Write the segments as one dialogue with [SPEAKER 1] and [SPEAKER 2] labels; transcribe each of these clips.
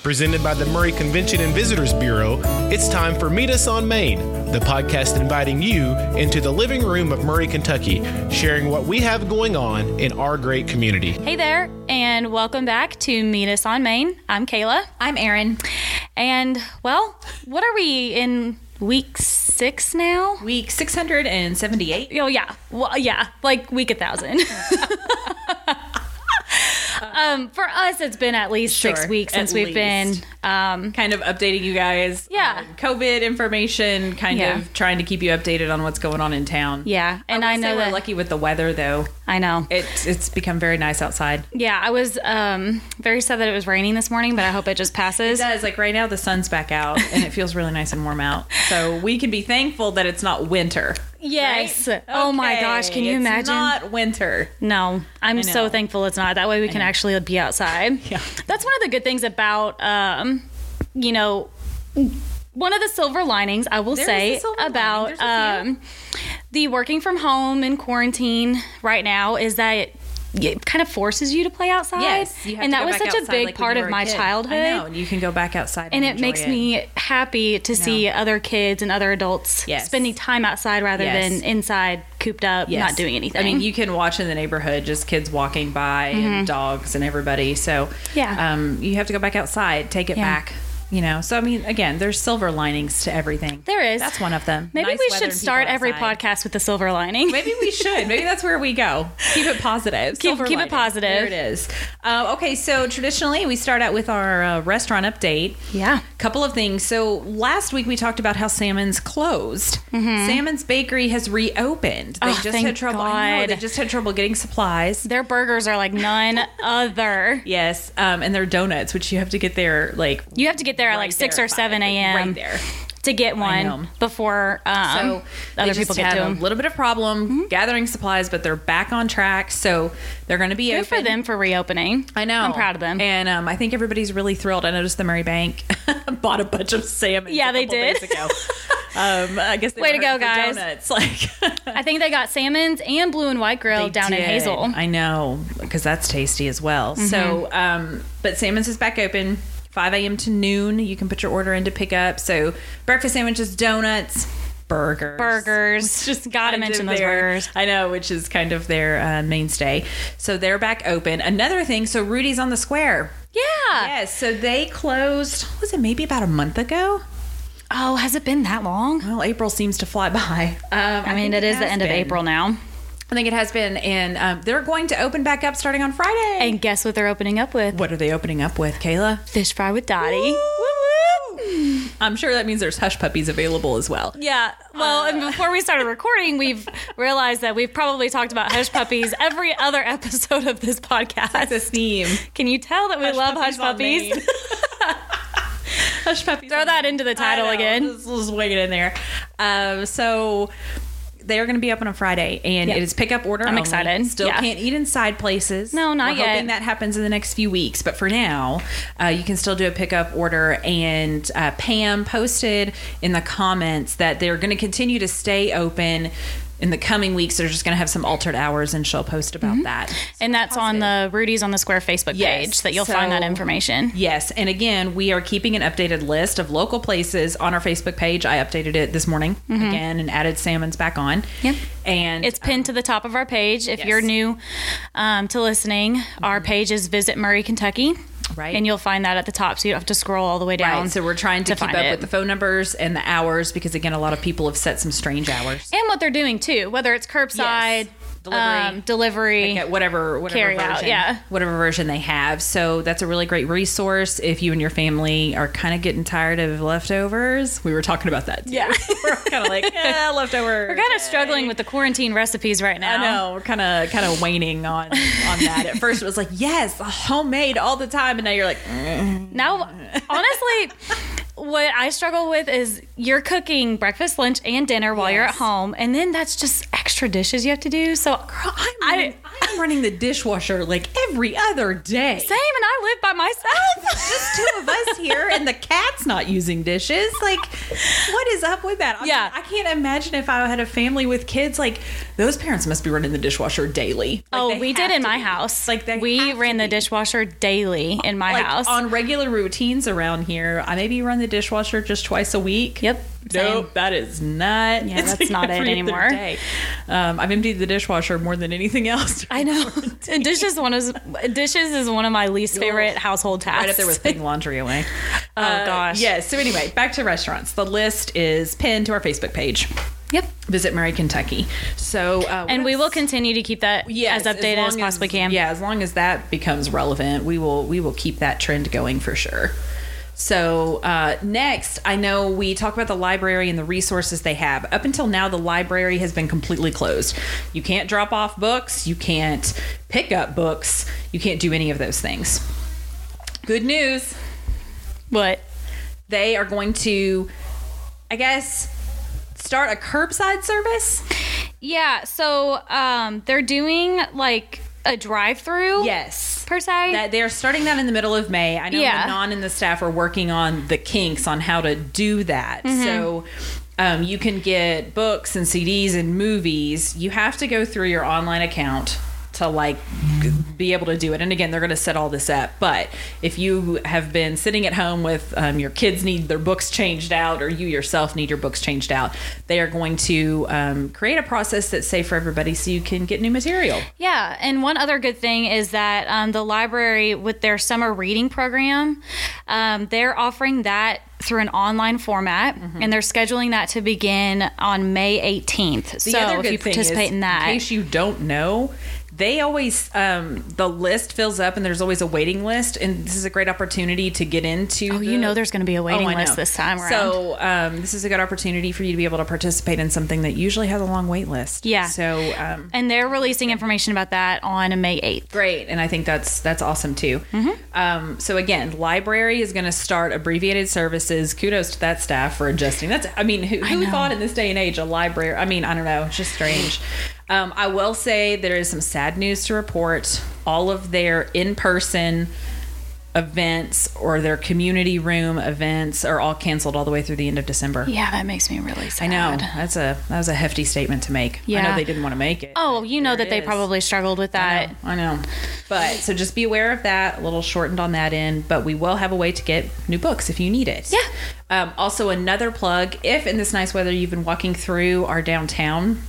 [SPEAKER 1] Presented by the Murray Convention and Visitors Bureau, it's time for Meet Us on Maine, the podcast inviting you into the living room of Murray, Kentucky, sharing what we have going on in our great community.
[SPEAKER 2] Hey there, and welcome back to Meet Us on Maine. I'm Kayla.
[SPEAKER 3] I'm Erin.
[SPEAKER 2] And, well, what are we in week six now?
[SPEAKER 3] Week 678.
[SPEAKER 2] Oh yeah, well yeah, like week a thousand. um, for us, it's been at least six
[SPEAKER 3] Sure,
[SPEAKER 2] weeks
[SPEAKER 3] at
[SPEAKER 2] since we've been.
[SPEAKER 3] least.
[SPEAKER 2] Um,
[SPEAKER 3] Kind of updating you guys.
[SPEAKER 2] Yeah.
[SPEAKER 3] on COVID information, kind
[SPEAKER 2] Yeah.
[SPEAKER 3] of trying to keep you updated on what's going on in town.
[SPEAKER 2] yeah, and
[SPEAKER 3] will
[SPEAKER 2] I,
[SPEAKER 3] say
[SPEAKER 2] know
[SPEAKER 3] we're
[SPEAKER 2] that.
[SPEAKER 3] lucky with the weather though.
[SPEAKER 2] I know.
[SPEAKER 3] It's it's become very nice outside.
[SPEAKER 2] yeah, I was um, very sad that it was raining this morning, but I hope it just passes.
[SPEAKER 3] It does. Like right now the sun's back out and it feels really nice and warm out. So we can be thankful that it's not winter.
[SPEAKER 2] yes.
[SPEAKER 3] right?
[SPEAKER 2] Oh my
[SPEAKER 3] Okay,
[SPEAKER 2] gosh, can you
[SPEAKER 3] it's
[SPEAKER 2] imagine?
[SPEAKER 3] not winter.
[SPEAKER 2] No, I'm so
[SPEAKER 3] know.
[SPEAKER 2] thankful it's not. That way we can actually be outside.
[SPEAKER 3] Yeah.
[SPEAKER 2] That's one of the good things about, um, you know, one of the silver linings I will
[SPEAKER 3] There is
[SPEAKER 2] say
[SPEAKER 3] a silver lining.
[SPEAKER 2] about
[SPEAKER 3] There's a few.
[SPEAKER 2] um, the working from home and quarantine right now is that it, it kind of forces you to play outside.
[SPEAKER 3] you have
[SPEAKER 2] and
[SPEAKER 3] to
[SPEAKER 2] that
[SPEAKER 3] go
[SPEAKER 2] was
[SPEAKER 3] back
[SPEAKER 2] such a
[SPEAKER 3] outside,
[SPEAKER 2] big
[SPEAKER 3] like, when
[SPEAKER 2] part
[SPEAKER 3] you
[SPEAKER 2] of
[SPEAKER 3] were a
[SPEAKER 2] my
[SPEAKER 3] kid.
[SPEAKER 2] childhood.
[SPEAKER 3] I know, and you can go back outside,
[SPEAKER 2] And it
[SPEAKER 3] enjoy
[SPEAKER 2] makes me happy to see other kids and other adults
[SPEAKER 3] Yes.
[SPEAKER 2] spending time outside rather
[SPEAKER 3] Yes.
[SPEAKER 2] than inside, cooped up, not doing anything. Mm-hmm.
[SPEAKER 3] I mean, you can watch in the neighborhood just kids walking by and dogs and everybody. So
[SPEAKER 2] Yeah.
[SPEAKER 3] um, you have to go back outside, take it
[SPEAKER 2] Yeah.
[SPEAKER 3] back. You know, so I mean, again, there's silver linings to everything.
[SPEAKER 2] There is.
[SPEAKER 3] That's one of them.
[SPEAKER 2] Maybe
[SPEAKER 3] Nice
[SPEAKER 2] we
[SPEAKER 3] weather
[SPEAKER 2] should
[SPEAKER 3] and people
[SPEAKER 2] start every
[SPEAKER 3] outside.
[SPEAKER 2] podcast with the silver lining.
[SPEAKER 3] Maybe we should. Maybe that's where we go. Keep it positive.
[SPEAKER 2] Keep-
[SPEAKER 3] Silver
[SPEAKER 2] keep it
[SPEAKER 3] lining.
[SPEAKER 2] positive.
[SPEAKER 3] There it is. Uh, okay, so traditionally we start out with our uh, restaurant update.
[SPEAKER 2] Yeah.
[SPEAKER 3] Couple of things. So last week we talked about how Salmon's closed. Salmon's Bakery has reopened. They
[SPEAKER 2] Mm-hmm. Oh,
[SPEAKER 3] just
[SPEAKER 2] thank
[SPEAKER 3] had trouble. I know,
[SPEAKER 2] God.
[SPEAKER 3] they just had trouble getting supplies.
[SPEAKER 2] Their burgers are like none other.
[SPEAKER 3] Yes, um, and their donuts, which you have to get there like
[SPEAKER 2] You have to get there at
[SPEAKER 3] right
[SPEAKER 2] like 6
[SPEAKER 3] there
[SPEAKER 2] or
[SPEAKER 3] at
[SPEAKER 2] 7
[SPEAKER 3] five,
[SPEAKER 2] a.m.
[SPEAKER 3] Right there.
[SPEAKER 2] to get one
[SPEAKER 3] know.
[SPEAKER 2] before um,
[SPEAKER 3] they
[SPEAKER 2] other
[SPEAKER 3] just
[SPEAKER 2] people get
[SPEAKER 3] had
[SPEAKER 2] to Mm-hmm.
[SPEAKER 3] a
[SPEAKER 2] them.
[SPEAKER 3] little bit of problem gathering supplies, but they're back on track, so they're going to be
[SPEAKER 2] Good
[SPEAKER 3] open.
[SPEAKER 2] for them for reopening.
[SPEAKER 3] I know.
[SPEAKER 2] I'm proud of them.
[SPEAKER 3] And um, I think everybody's really thrilled. I noticed the Murray Bank bought a bunch of salmon.
[SPEAKER 2] Yeah,
[SPEAKER 3] a
[SPEAKER 2] they
[SPEAKER 3] couple
[SPEAKER 2] did.
[SPEAKER 3] days ago. um, I guess they
[SPEAKER 2] Way
[SPEAKER 3] were
[SPEAKER 2] to go,
[SPEAKER 3] hurting
[SPEAKER 2] guys.
[SPEAKER 3] for Donuts. Like
[SPEAKER 2] I think they got salmons and blue and white grill
[SPEAKER 3] They
[SPEAKER 2] Oh, down in
[SPEAKER 3] did.
[SPEAKER 2] Hazel. Mm-hmm.
[SPEAKER 3] I know because that's tasty as well. So, um, but Salmon's is back open. 5 a.m. to noon. You can put your order in to pick up. So breakfast sandwiches, donuts, burgers.
[SPEAKER 2] burgers. Just gotta
[SPEAKER 3] Kind of
[SPEAKER 2] mention those
[SPEAKER 3] their-
[SPEAKER 2] burgers.
[SPEAKER 3] I know, which is kind of their uh, mainstay. So they're back open. Another thing, so Rudy's on the square.
[SPEAKER 2] Yeah.
[SPEAKER 3] Yes, so they closed, was it maybe about a month ago?
[SPEAKER 2] Oh, has it been that long?
[SPEAKER 3] Well, April seems to fly by. Um,
[SPEAKER 2] I mean, it is the end of April now.
[SPEAKER 3] I think it has been. And um, they're going to open back up starting on Friday.
[SPEAKER 2] And guess what they're opening up with?
[SPEAKER 3] What are they opening up with, Kayla?
[SPEAKER 2] Fish fry with Dottie.
[SPEAKER 3] I'm sure that means there's hush puppies available as well.
[SPEAKER 2] Yeah. Well,
[SPEAKER 3] Uh.
[SPEAKER 2] and before we started recording, we've realized that we've probably talked about hush puppies every other episode of this podcast.
[SPEAKER 3] This theme.
[SPEAKER 2] Can you tell that we love hush
[SPEAKER 3] on
[SPEAKER 2] puppies?
[SPEAKER 3] Maine. hush puppies.
[SPEAKER 2] Throw
[SPEAKER 3] on
[SPEAKER 2] that into the title
[SPEAKER 3] I know.
[SPEAKER 2] again.
[SPEAKER 3] Just, just wing it in there. Um, so they are going to be open on Friday, and
[SPEAKER 2] Yeah.
[SPEAKER 3] it is pickup order. I'm
[SPEAKER 2] excited.
[SPEAKER 3] Still
[SPEAKER 2] Yeah.
[SPEAKER 3] can't eat inside places.
[SPEAKER 2] No, not
[SPEAKER 3] We're
[SPEAKER 2] yet.
[SPEAKER 3] Hoping that happens in the next few weeks, but for now, uh, you can still do a pickup order. And uh, Pam posted in the comments that they're going to continue to stay open. In the coming weeks, they're just going to have some altered hours, and she'll post about that.
[SPEAKER 2] Mm-hmm. And that's on the Rudy's on the Square Facebook
[SPEAKER 3] Yes.
[SPEAKER 2] page that you'll find that
[SPEAKER 3] So-
[SPEAKER 2] information.
[SPEAKER 3] Yes. And again, we are keeping an updated list of local places on our Facebook page. I updated it this morning again and added salmons back on.
[SPEAKER 2] Mm-hmm. Yep.
[SPEAKER 3] And
[SPEAKER 2] It's pinned to the top of our page. If you're
[SPEAKER 3] yes. Mm-hmm.
[SPEAKER 2] new um, to listening, our page is Visit Murray, Kentucky.
[SPEAKER 3] Right.
[SPEAKER 2] And you'll find that at the top, so you don't have to scroll all the way down.
[SPEAKER 3] Right, so we're trying
[SPEAKER 2] to
[SPEAKER 3] to, keep
[SPEAKER 2] find
[SPEAKER 3] up
[SPEAKER 2] it.
[SPEAKER 3] with the phone numbers and the hours because again, a lot of people have set some strange hours.
[SPEAKER 2] and what they're doing too, whether it's curbside,
[SPEAKER 3] Delivery.
[SPEAKER 2] um, delivery.
[SPEAKER 3] At whatever whatever
[SPEAKER 2] Carry
[SPEAKER 3] version,
[SPEAKER 2] out, yeah.
[SPEAKER 3] whatever version they have. So that's a really great resource if you and your family are kind of getting tired of leftovers. We were talking about that. Too.
[SPEAKER 2] Yeah.
[SPEAKER 3] we're kind of like eh, leftovers.
[SPEAKER 2] We're kind of struggling with the quarantine recipes right now.
[SPEAKER 3] I know we're kind of kind of waning on on that. At first, it was like yes, homemade all the time, and now you're like,
[SPEAKER 2] Now, honestly, what I struggle with is you're cooking breakfast, lunch, and dinner while you're at
[SPEAKER 3] Yes.
[SPEAKER 2] home, and then that's just extra dishes you have to do. So
[SPEAKER 3] Girl, I'm,
[SPEAKER 2] I-
[SPEAKER 3] running, I'm running the dishwasher like every other day.
[SPEAKER 2] same, and I live by myself.
[SPEAKER 3] Just two of us here, and the cat's not using dishes. Like, what is up with that? I
[SPEAKER 2] Yeah.
[SPEAKER 3] I can't imagine if I had a family with kids. Like, those parents must be running the dishwasher daily. Like,
[SPEAKER 2] oh,
[SPEAKER 3] they
[SPEAKER 2] we did
[SPEAKER 3] have
[SPEAKER 2] in
[SPEAKER 3] to
[SPEAKER 2] my
[SPEAKER 3] be.
[SPEAKER 2] house.
[SPEAKER 3] Like, they
[SPEAKER 2] we
[SPEAKER 3] have to
[SPEAKER 2] ran the
[SPEAKER 3] be.
[SPEAKER 2] dishwasher daily in my
[SPEAKER 3] Like,
[SPEAKER 2] house.
[SPEAKER 3] on regular routines around here, I maybe run the dishwasher just twice a week.
[SPEAKER 2] yep. same.
[SPEAKER 3] Nope, that is not.
[SPEAKER 2] Yeah,
[SPEAKER 3] it's
[SPEAKER 2] that's
[SPEAKER 3] like
[SPEAKER 2] not it
[SPEAKER 3] every other
[SPEAKER 2] anymore.
[SPEAKER 3] day. Um, I've emptied the dishwasher more than anything else.
[SPEAKER 2] I know. And dishes one is dishes is one of my least favorite household tasks.
[SPEAKER 3] right up there with Uh, putting laundry away.
[SPEAKER 2] oh gosh.
[SPEAKER 3] Yes. So anyway, back to restaurants. The list is pinned to our Facebook page.
[SPEAKER 2] Yep.
[SPEAKER 3] Visit Murray, Kentucky. So uh,
[SPEAKER 2] And
[SPEAKER 3] what
[SPEAKER 2] we will
[SPEAKER 3] else?
[SPEAKER 2] continue to keep that
[SPEAKER 3] Yes,
[SPEAKER 2] as updated
[SPEAKER 3] long
[SPEAKER 2] as, possibly can.
[SPEAKER 3] Yeah, as long as that becomes relevant, we will we will keep that trend going for sure. So uh, next, I know we talk about the library and the resources they have. Up until now, the library has been completely closed. You can't drop off books. You can't pick up books. You can't do any of those things. Good news
[SPEAKER 2] But
[SPEAKER 3] they are going to, I guess, start a curbside service.
[SPEAKER 2] yeah, so um they're doing like a drive through.
[SPEAKER 3] Yes.
[SPEAKER 2] Per se.
[SPEAKER 3] That they're starting that in the middle of May. I know
[SPEAKER 2] Yeah.
[SPEAKER 3] Manon and the staff are working on the kinks on how to do that.
[SPEAKER 2] Mm-hmm.
[SPEAKER 3] So um, you can get books and CDs and movies. You have to go through your online account to like be able to do it. And again, they're going to set all this up. But if you have been sitting at home with um, your kids need their books changed out, or you yourself need your books changed out, they are going to um, create a process that's safe for everybody, so you can get new material.
[SPEAKER 2] Yeah, and one other good thing is that um, the library, with their summer reading program, um, they're offering that through an online format,
[SPEAKER 3] Mm-hmm.
[SPEAKER 2] and they're scheduling that to begin on May 18th.
[SPEAKER 3] The
[SPEAKER 2] so
[SPEAKER 3] other
[SPEAKER 2] if
[SPEAKER 3] good
[SPEAKER 2] you
[SPEAKER 3] thing
[SPEAKER 2] participate
[SPEAKER 3] is,
[SPEAKER 2] in that,
[SPEAKER 3] in case you don't know, they always um, the list fills up, and there's always a waiting list, and this is a great opportunity to get into.
[SPEAKER 2] Oh, you
[SPEAKER 3] the-
[SPEAKER 2] know there's gonna be a waiting
[SPEAKER 3] I
[SPEAKER 2] list
[SPEAKER 3] know.
[SPEAKER 2] this time
[SPEAKER 3] So um, this is a good opportunity for you to be able to participate in something that usually has a long wait list.
[SPEAKER 2] Yeah.
[SPEAKER 3] So um,
[SPEAKER 2] and they're releasing information about that on May 8th.
[SPEAKER 3] great, and I think that's that's awesome too.
[SPEAKER 2] Mm-hmm.
[SPEAKER 3] Um, so again, library is going to start abbreviated services. Kudos to that staff for adjusting. That's I mean, who, who thought in this day and age a library? I mean, I don't know, it's just strange. Um, I will say there is some sad news to report. All of their in-person events or their community room events are all canceled all the way through the end of December.
[SPEAKER 2] Yeah, that makes me really sad.
[SPEAKER 3] I know that's a that was a hefty statement to make. I know
[SPEAKER 2] Yeah.
[SPEAKER 3] they didn't want to make it.
[SPEAKER 2] Oh, you know
[SPEAKER 3] There
[SPEAKER 2] that
[SPEAKER 3] it
[SPEAKER 2] they
[SPEAKER 3] is.
[SPEAKER 2] probably struggled with
[SPEAKER 3] I
[SPEAKER 2] that.
[SPEAKER 3] know, I know. But so just be aware of that. A little shortened on that end, but we will have a way to get new books if you need it.
[SPEAKER 2] Yeah.
[SPEAKER 3] Um, also, another plug if in this nice weather you've been walking through our downtown,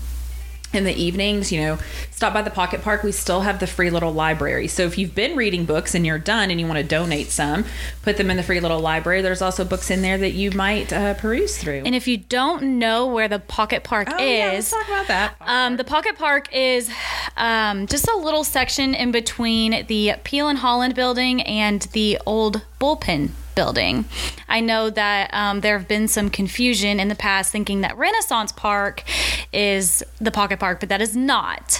[SPEAKER 3] in the evenings, you know, stop by the Pocket Park. We still have the free little library. So if you've been reading books and you're done and you want to donate some, put them in the free little library. There's also books in there that you might uh, peruse through.
[SPEAKER 2] And if you don't know where the Pocket Park
[SPEAKER 3] oh,
[SPEAKER 2] is,
[SPEAKER 3] yeah, let's talk about that.
[SPEAKER 2] Um, the Pocket Park is um, just a little section in between the Peel and Holland building and the old bullpen building. I know that um, there have been some confusion in the past thinking that Renaissance Park is the Pocket Park, but that is not.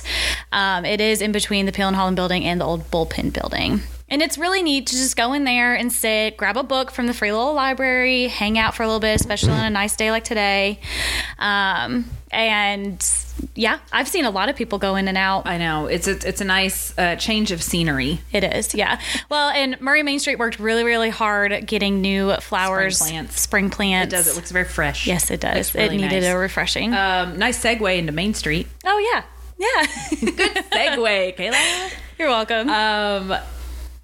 [SPEAKER 2] Um, it is in between the Peel and Holland building and the old bullpen building. And it's really neat to just go in there and sit, grab a book from the free little library, hang out for a little bit, especially on a nice day like today. Um, and yeah, I've seen a lot of people go in and out.
[SPEAKER 3] I know it's a, it's a nice uh, change of scenery.
[SPEAKER 2] It is, yeah. Well, and Murray Main Street worked really, really hard at getting new flowers,
[SPEAKER 3] Spring plants.
[SPEAKER 2] spring
[SPEAKER 3] It
[SPEAKER 2] plants.
[SPEAKER 3] does. It looks very fresh.
[SPEAKER 2] Yes, it does.
[SPEAKER 3] Looks really
[SPEAKER 2] it needed
[SPEAKER 3] nice.
[SPEAKER 2] a refreshing.
[SPEAKER 3] Um, nice segue into Main Street.
[SPEAKER 2] oh yeah, yeah.
[SPEAKER 3] Segue, Kayla.
[SPEAKER 2] You're welcome.
[SPEAKER 3] Um,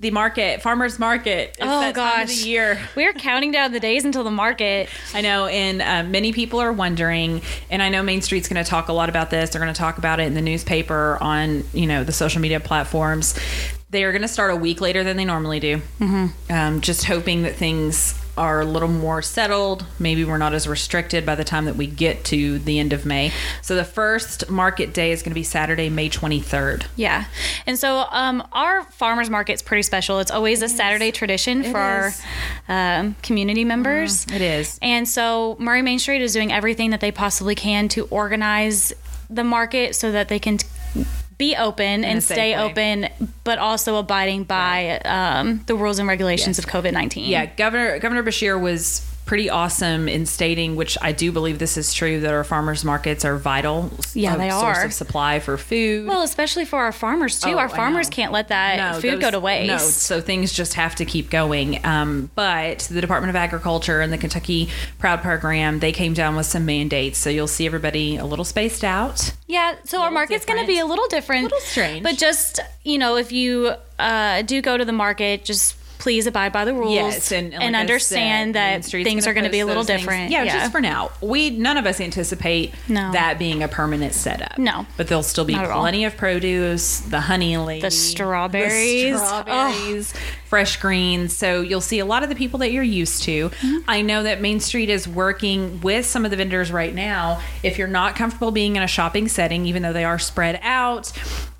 [SPEAKER 3] the market, farmers market. It's
[SPEAKER 2] oh
[SPEAKER 3] that
[SPEAKER 2] gosh,
[SPEAKER 3] time of the year.
[SPEAKER 2] we're counting down the days until the market.
[SPEAKER 3] I know, and uh, many people are wondering, and I know Main Street's going to talk a lot about this. They're going to talk about it in the newspaper, on you know the social media platforms. They are going to start a week later than they normally do. Mm-hmm. Um, just hoping that things are a little more settled. Maybe we're not as restricted by the time that we get to the end of May. So the first market day is going to be Saturday, May twenty third.
[SPEAKER 2] Yeah. And so um, our farmers market's pretty special. It's always a Saturday tradition for our
[SPEAKER 3] is. Mm-hmm.
[SPEAKER 2] um, community members.
[SPEAKER 3] it is.
[SPEAKER 2] And so Murray Main Street is doing everything that they possibly can to organize the market so that they can t- be open
[SPEAKER 3] a
[SPEAKER 2] and
[SPEAKER 3] safe
[SPEAKER 2] stay
[SPEAKER 3] way.
[SPEAKER 2] open, but also abiding by um, the rules and regulations of COVID 19.
[SPEAKER 3] Yeah, Governor Governor Bashir was pretty awesome in stating, which I do believe this is true, that our farmers markets are vital.
[SPEAKER 2] Yeah,
[SPEAKER 3] uh,
[SPEAKER 2] they
[SPEAKER 3] source
[SPEAKER 2] are.
[SPEAKER 3] of supply for food.
[SPEAKER 2] Well, especially for our farmers too.
[SPEAKER 3] Oh, I
[SPEAKER 2] our farmers
[SPEAKER 3] know.
[SPEAKER 2] can't let that
[SPEAKER 3] No,
[SPEAKER 2] food
[SPEAKER 3] those-
[SPEAKER 2] go to waste.
[SPEAKER 3] No, so things just have to keep going. Um, but the Department of Agriculture and the Kentucky Proud Program, they came down with some mandates. So you'll see everybody a little spaced out.
[SPEAKER 2] Yeah, so our market's going to be a
[SPEAKER 3] different.
[SPEAKER 2] little different,
[SPEAKER 3] Little strange.
[SPEAKER 2] But just you know, if you uh, do go to the market, just please abide by the rules
[SPEAKER 3] like I
[SPEAKER 2] understand
[SPEAKER 3] said, Main
[SPEAKER 2] that
[SPEAKER 3] Street's
[SPEAKER 2] things are going to be a
[SPEAKER 3] post
[SPEAKER 2] little
[SPEAKER 3] those things.
[SPEAKER 2] different.
[SPEAKER 3] Yeah, just for now. We none of us anticipate
[SPEAKER 2] No.
[SPEAKER 3] that being a permanent setup.
[SPEAKER 2] No.
[SPEAKER 3] but there'll still be
[SPEAKER 2] Not at all.
[SPEAKER 3] plenty of produce, the honey lady,
[SPEAKER 2] The strawberries. Oh,
[SPEAKER 3] the strawberries, fresh greens. So you'll see a lot of the people that you're used to.
[SPEAKER 2] Mm-hmm.
[SPEAKER 3] I know that Main Street is working with some of the vendors right now. If you're not comfortable being in a shopping setting, even though they are spread out.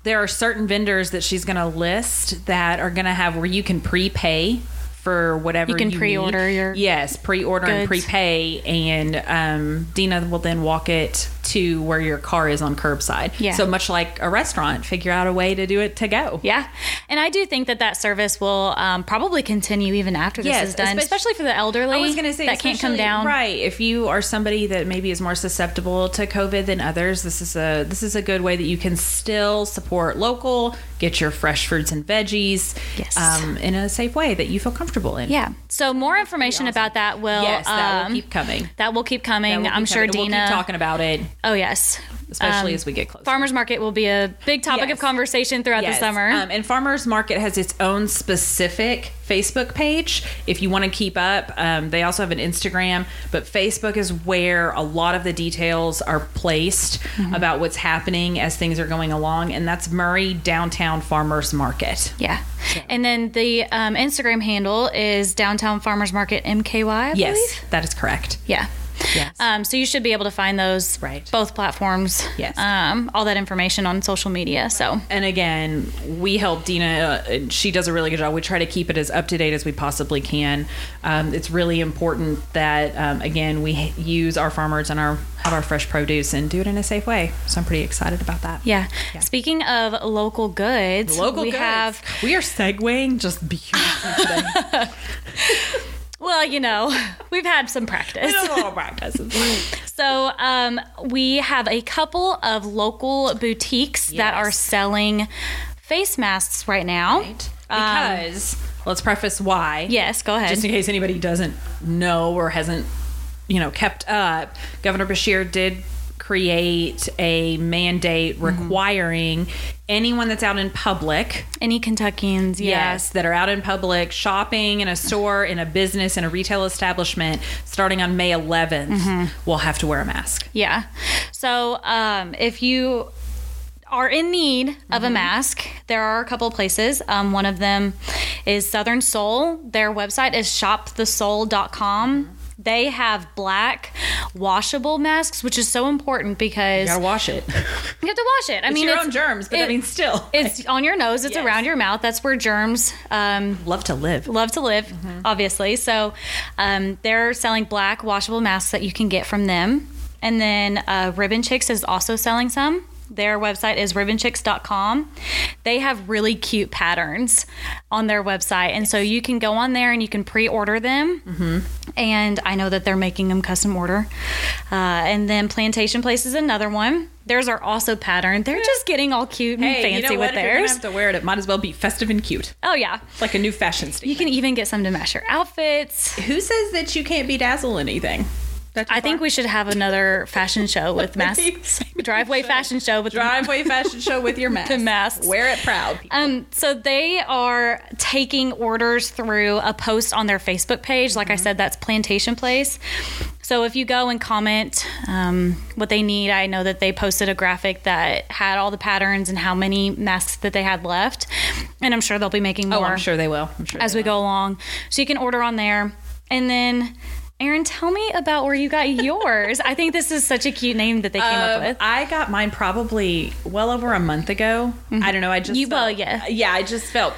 [SPEAKER 3] There are certain vendors that she's going to list that are going to have where you can prepay for whatever
[SPEAKER 2] You can
[SPEAKER 3] need.
[SPEAKER 2] pre-order your
[SPEAKER 3] yes pre-order and
[SPEAKER 2] goods.
[SPEAKER 3] prepay and um, dina will then walk it to where your car is on curbside
[SPEAKER 2] Yeah.
[SPEAKER 3] so much like a restaurant figure out a way to do it to go
[SPEAKER 2] Yeah, and I do think that that service will um, probably continue even after this
[SPEAKER 3] Yes,
[SPEAKER 2] is done,
[SPEAKER 3] espe-
[SPEAKER 2] especially for the elderly.
[SPEAKER 3] I was going to say
[SPEAKER 2] that can't come
[SPEAKER 3] especially-
[SPEAKER 2] down.
[SPEAKER 3] Right. If you are somebody that maybe is more susceptible to COVID than others, this is a this is a good way that you can still support local, get your fresh fruits and veggies,
[SPEAKER 2] Yes.
[SPEAKER 3] um, in a safe way that you feel comfortable in.
[SPEAKER 2] Yeah. So more information about that will
[SPEAKER 3] Yes, that
[SPEAKER 2] um,
[SPEAKER 3] will keep coming.
[SPEAKER 2] that will keep coming.
[SPEAKER 3] That will keep
[SPEAKER 2] um, I'm sure
[SPEAKER 3] coming.
[SPEAKER 2] Dina.
[SPEAKER 3] We'll keep talking about it,
[SPEAKER 2] Oh yes,
[SPEAKER 3] especially
[SPEAKER 2] Um,
[SPEAKER 3] as we get closer.
[SPEAKER 2] farmers market will be a big topic
[SPEAKER 3] Yes.
[SPEAKER 2] of conversation throughout
[SPEAKER 3] Yes.
[SPEAKER 2] the summer.
[SPEAKER 3] Um, and Farmers Market has its own specific Facebook page. If you want to keep up, um, they also have an Instagram, but Facebook is where a lot of the details are placed
[SPEAKER 2] Mm-hmm.
[SPEAKER 3] about what's happening as things are going along. And that's Murray Downtown Farmers Market.
[SPEAKER 2] Yeah. And then the um, Instagram handle is Downtown Farmers Market MKY, I
[SPEAKER 3] Yes,
[SPEAKER 2] believe.
[SPEAKER 3] that is correct.
[SPEAKER 2] Yeah.
[SPEAKER 3] Yes.
[SPEAKER 2] Um, so you should be able to find those
[SPEAKER 3] Right.
[SPEAKER 2] both platforms.
[SPEAKER 3] Yes.
[SPEAKER 2] Um, all that information on social media. So
[SPEAKER 3] and again, we help Dina. Uh, she does a really good job. We try to keep it as up to date as we possibly can. Um, it's really important that um, again we h- use our farmers and our have our fresh produce and do it in a safe way. So I'm pretty excited about that.
[SPEAKER 2] yeah.
[SPEAKER 3] Yeah.
[SPEAKER 2] Speaking of local goods,
[SPEAKER 3] Local
[SPEAKER 2] we
[SPEAKER 3] goods.
[SPEAKER 2] have
[SPEAKER 3] we are segueing just beautifully today.
[SPEAKER 2] well, you know, we've had some practice.
[SPEAKER 3] Just a little practices.
[SPEAKER 2] So um, we have a couple of local boutiques that
[SPEAKER 3] Yes.
[SPEAKER 2] are selling face masks right now. Um,
[SPEAKER 3] because let's preface why.
[SPEAKER 2] Yes, go ahead.
[SPEAKER 3] Just in case anybody doesn't know or hasn't, you know, kept up, Governor Bashir did create a mandate requiring anyone that's out in public,
[SPEAKER 2] Any Kentuckians? Yes.
[SPEAKER 3] that are out in public shopping in a store, in a business, in a retail establishment, starting on May 11th, will have to wear a mask.
[SPEAKER 2] Yeah. So um, if you are in need of
[SPEAKER 3] Mm-hmm.
[SPEAKER 2] a mask, there are a couple of places. Um, one of them is Southern Soul. Their website is shopthesoul.com.
[SPEAKER 3] Mm-hmm.
[SPEAKER 2] They have black washable masks, which is so important because
[SPEAKER 3] You gotta wash it.
[SPEAKER 2] you have to wash it. I
[SPEAKER 3] I mean,
[SPEAKER 2] mean,
[SPEAKER 3] your own germs, but I
[SPEAKER 2] it-
[SPEAKER 3] mean, still.
[SPEAKER 2] it's on your nose, it's
[SPEAKER 3] Yes.
[SPEAKER 2] around your mouth. That's where germs um,
[SPEAKER 3] Love to live.
[SPEAKER 2] love to live,
[SPEAKER 3] Mm-hmm.
[SPEAKER 2] obviously. So um, they're selling black washable masks that you can get from them. And then uh, Ribbon Chicks is also selling some. Their website is ribbonchicks.com. They have really cute patterns on their website. And so you can go on there and you can pre order them.
[SPEAKER 3] Mm-hmm.
[SPEAKER 2] And I know that they're making them custom order. Uh, and then Plantation Place is another one. Theirs are also patterned. They're just getting all cute and
[SPEAKER 3] Hey,
[SPEAKER 2] fancy
[SPEAKER 3] you know
[SPEAKER 2] with
[SPEAKER 3] what? If you're gonna
[SPEAKER 2] theirs.
[SPEAKER 3] have to wear it, it might as well be festive and cute,
[SPEAKER 2] oh, yeah.
[SPEAKER 3] like a new fashion statement.
[SPEAKER 2] You can even get some to match your outfits.
[SPEAKER 3] Who says that you can't bedazzle anything? That's
[SPEAKER 2] I think we should have another fashion show with masks.
[SPEAKER 3] Maybe we
[SPEAKER 2] Driveway
[SPEAKER 3] should.
[SPEAKER 2] fashion show with
[SPEAKER 3] driveway fashion show with your mask.
[SPEAKER 2] The masks.
[SPEAKER 3] Wear it proud. people.
[SPEAKER 2] Um, so they are taking orders through a post on their Facebook page. Like I
[SPEAKER 3] Mm-hmm.
[SPEAKER 2] said, that's Plantation Place. So if you go and comment um, what they need, I know that they posted a graphic that had all the patterns and how many masks that they had left, and I'm sure they'll be making
[SPEAKER 3] oh,
[SPEAKER 2] more
[SPEAKER 3] I'm sure they will. I'm sure
[SPEAKER 2] as
[SPEAKER 3] they
[SPEAKER 2] we go along. So you can order on there, and then. Aaron, tell me about where you got yours. I think this is such a cute name that they came up
[SPEAKER 3] Um,
[SPEAKER 2] with.
[SPEAKER 3] I got mine probably well over a month ago. I don't know. I just
[SPEAKER 2] Mm-hmm. You- well,
[SPEAKER 3] felt- uh,
[SPEAKER 2] yeah.
[SPEAKER 3] yeah. I just felt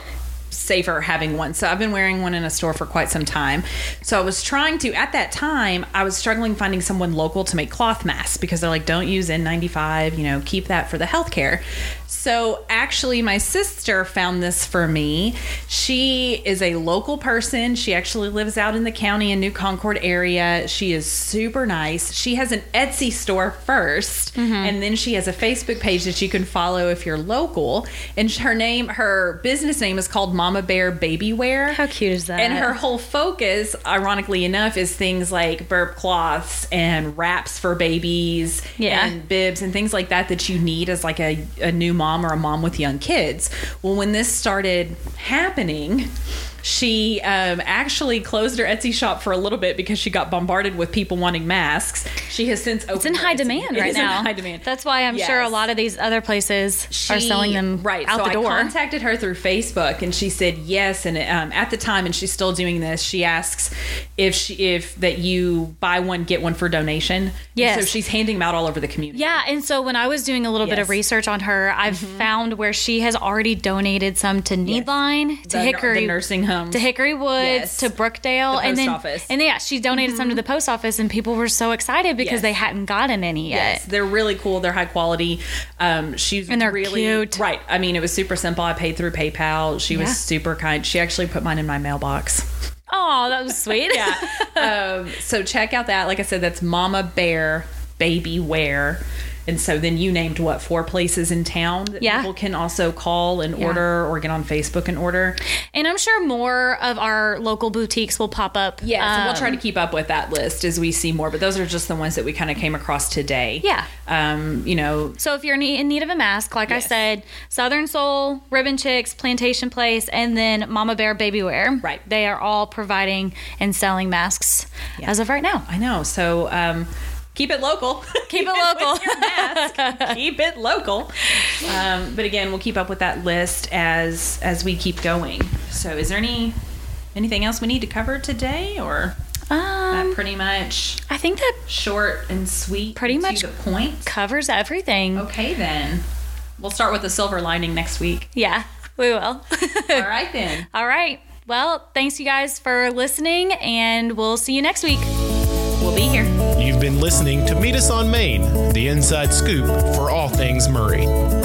[SPEAKER 3] safer having one. So I've been wearing one in a store for quite some time. So I was trying to at that time I was struggling finding someone local to make cloth masks because they're like don't use N95, you know, keep that for the healthcare. So actually, my sister found this for me. She is a local person. She actually lives out in the county in New Concord area. She is super nice. She has an Etsy store 1st
[SPEAKER 2] Mm-hmm.
[SPEAKER 3] and then she has a Facebook page that you can follow if you're local. And her name, her business name is called Mama Bear Baby Wear.
[SPEAKER 2] How cute is that?
[SPEAKER 3] And her whole focus, ironically enough, is things like burp cloths and wraps for babies
[SPEAKER 2] Yeah.
[SPEAKER 3] and bibs and things like that that you need as like a, a new mom or a mom with young kids. Well, when this started happening, she um, actually closed her Etsy shop for a little bit because she got bombarded with people wanting masks. She has since opened
[SPEAKER 2] It's in
[SPEAKER 3] her
[SPEAKER 2] high
[SPEAKER 3] Etsy.
[SPEAKER 2] demand
[SPEAKER 3] It
[SPEAKER 2] right
[SPEAKER 3] is in
[SPEAKER 2] now.
[SPEAKER 3] high demand.
[SPEAKER 2] That's why I'm sure a
[SPEAKER 3] Yes.
[SPEAKER 2] lot of these other places are
[SPEAKER 3] She-
[SPEAKER 2] selling them
[SPEAKER 3] right
[SPEAKER 2] out
[SPEAKER 3] so
[SPEAKER 2] the door.
[SPEAKER 3] I contacted her through Facebook, and she said yes. And um, at the time, and she's still doing this. She asks if she if that you buy one get one for donation. And
[SPEAKER 2] Yes.
[SPEAKER 3] so she's handing them out all over the community.
[SPEAKER 2] Yeah, and so when I was doing a little bit of
[SPEAKER 3] Yes. Mm-hmm.
[SPEAKER 2] research on her, I've found where she has already donated some to Needline, to
[SPEAKER 3] The-
[SPEAKER 2] Hickory,
[SPEAKER 3] the nursing home.
[SPEAKER 2] to Hickory Woods,
[SPEAKER 3] Yes.
[SPEAKER 2] to Brookdale,
[SPEAKER 3] The
[SPEAKER 2] and
[SPEAKER 3] post
[SPEAKER 2] then
[SPEAKER 3] office. Mm-hmm.
[SPEAKER 2] and yeah, she donated some to the post office, and people were so excited because
[SPEAKER 3] Yes.
[SPEAKER 2] they hadn't gotten any yet.
[SPEAKER 3] Yes, they're really cool. They're high quality. Um, she's
[SPEAKER 2] And they're
[SPEAKER 3] really
[SPEAKER 2] cute.
[SPEAKER 3] Right. I mean, it was super simple. I paid through PayPal. She
[SPEAKER 2] Yeah.
[SPEAKER 3] was super kind. She actually put mine in my mailbox.
[SPEAKER 2] Oh, that was sweet. yeah,
[SPEAKER 3] um, so check out that. Like I said, that's Mama Bear Baby Wear. And so then you named what four places in town that
[SPEAKER 2] Yeah.
[SPEAKER 3] people can also call and
[SPEAKER 2] Yeah.
[SPEAKER 3] order or get on Facebook and order.
[SPEAKER 2] and I'm sure more of our local boutiques will pop up.
[SPEAKER 3] Yeah, so we'll try
[SPEAKER 2] um,
[SPEAKER 3] to keep up with that list as we see more. But those are just the ones that we kind of came across today.
[SPEAKER 2] Yeah.
[SPEAKER 3] Um, you know,
[SPEAKER 2] So if you're ne- in need of a mask, like I
[SPEAKER 3] Yes.
[SPEAKER 2] said, Southern Soul, Ribbon Chicks, Plantation Place, and then Mama Bear Baby Wear.
[SPEAKER 3] Right.
[SPEAKER 2] They are all providing and selling masks
[SPEAKER 3] Yeah.
[SPEAKER 2] as of right now.
[SPEAKER 3] I know. So um, keep it local.
[SPEAKER 2] Keep it
[SPEAKER 3] With
[SPEAKER 2] local.
[SPEAKER 3] your mask. keep it local. Um, but again, we'll keep up with that list as as we keep going. So, is there any anything else we need to cover today, or
[SPEAKER 2] Um,
[SPEAKER 3] that pretty much
[SPEAKER 2] I think that
[SPEAKER 3] short and sweet?
[SPEAKER 2] Pretty
[SPEAKER 3] to
[SPEAKER 2] much-
[SPEAKER 3] the point.
[SPEAKER 2] covers everything.
[SPEAKER 3] Okay, then we'll start with the silver lining next week.
[SPEAKER 2] Yeah, we will.
[SPEAKER 3] All right, then.
[SPEAKER 2] all right. Well, thanks you guys for listening, and we'll see you next week.
[SPEAKER 3] We'll be here.
[SPEAKER 1] You've been listening to Meet Us on Main, the inside scoop for all things Murray.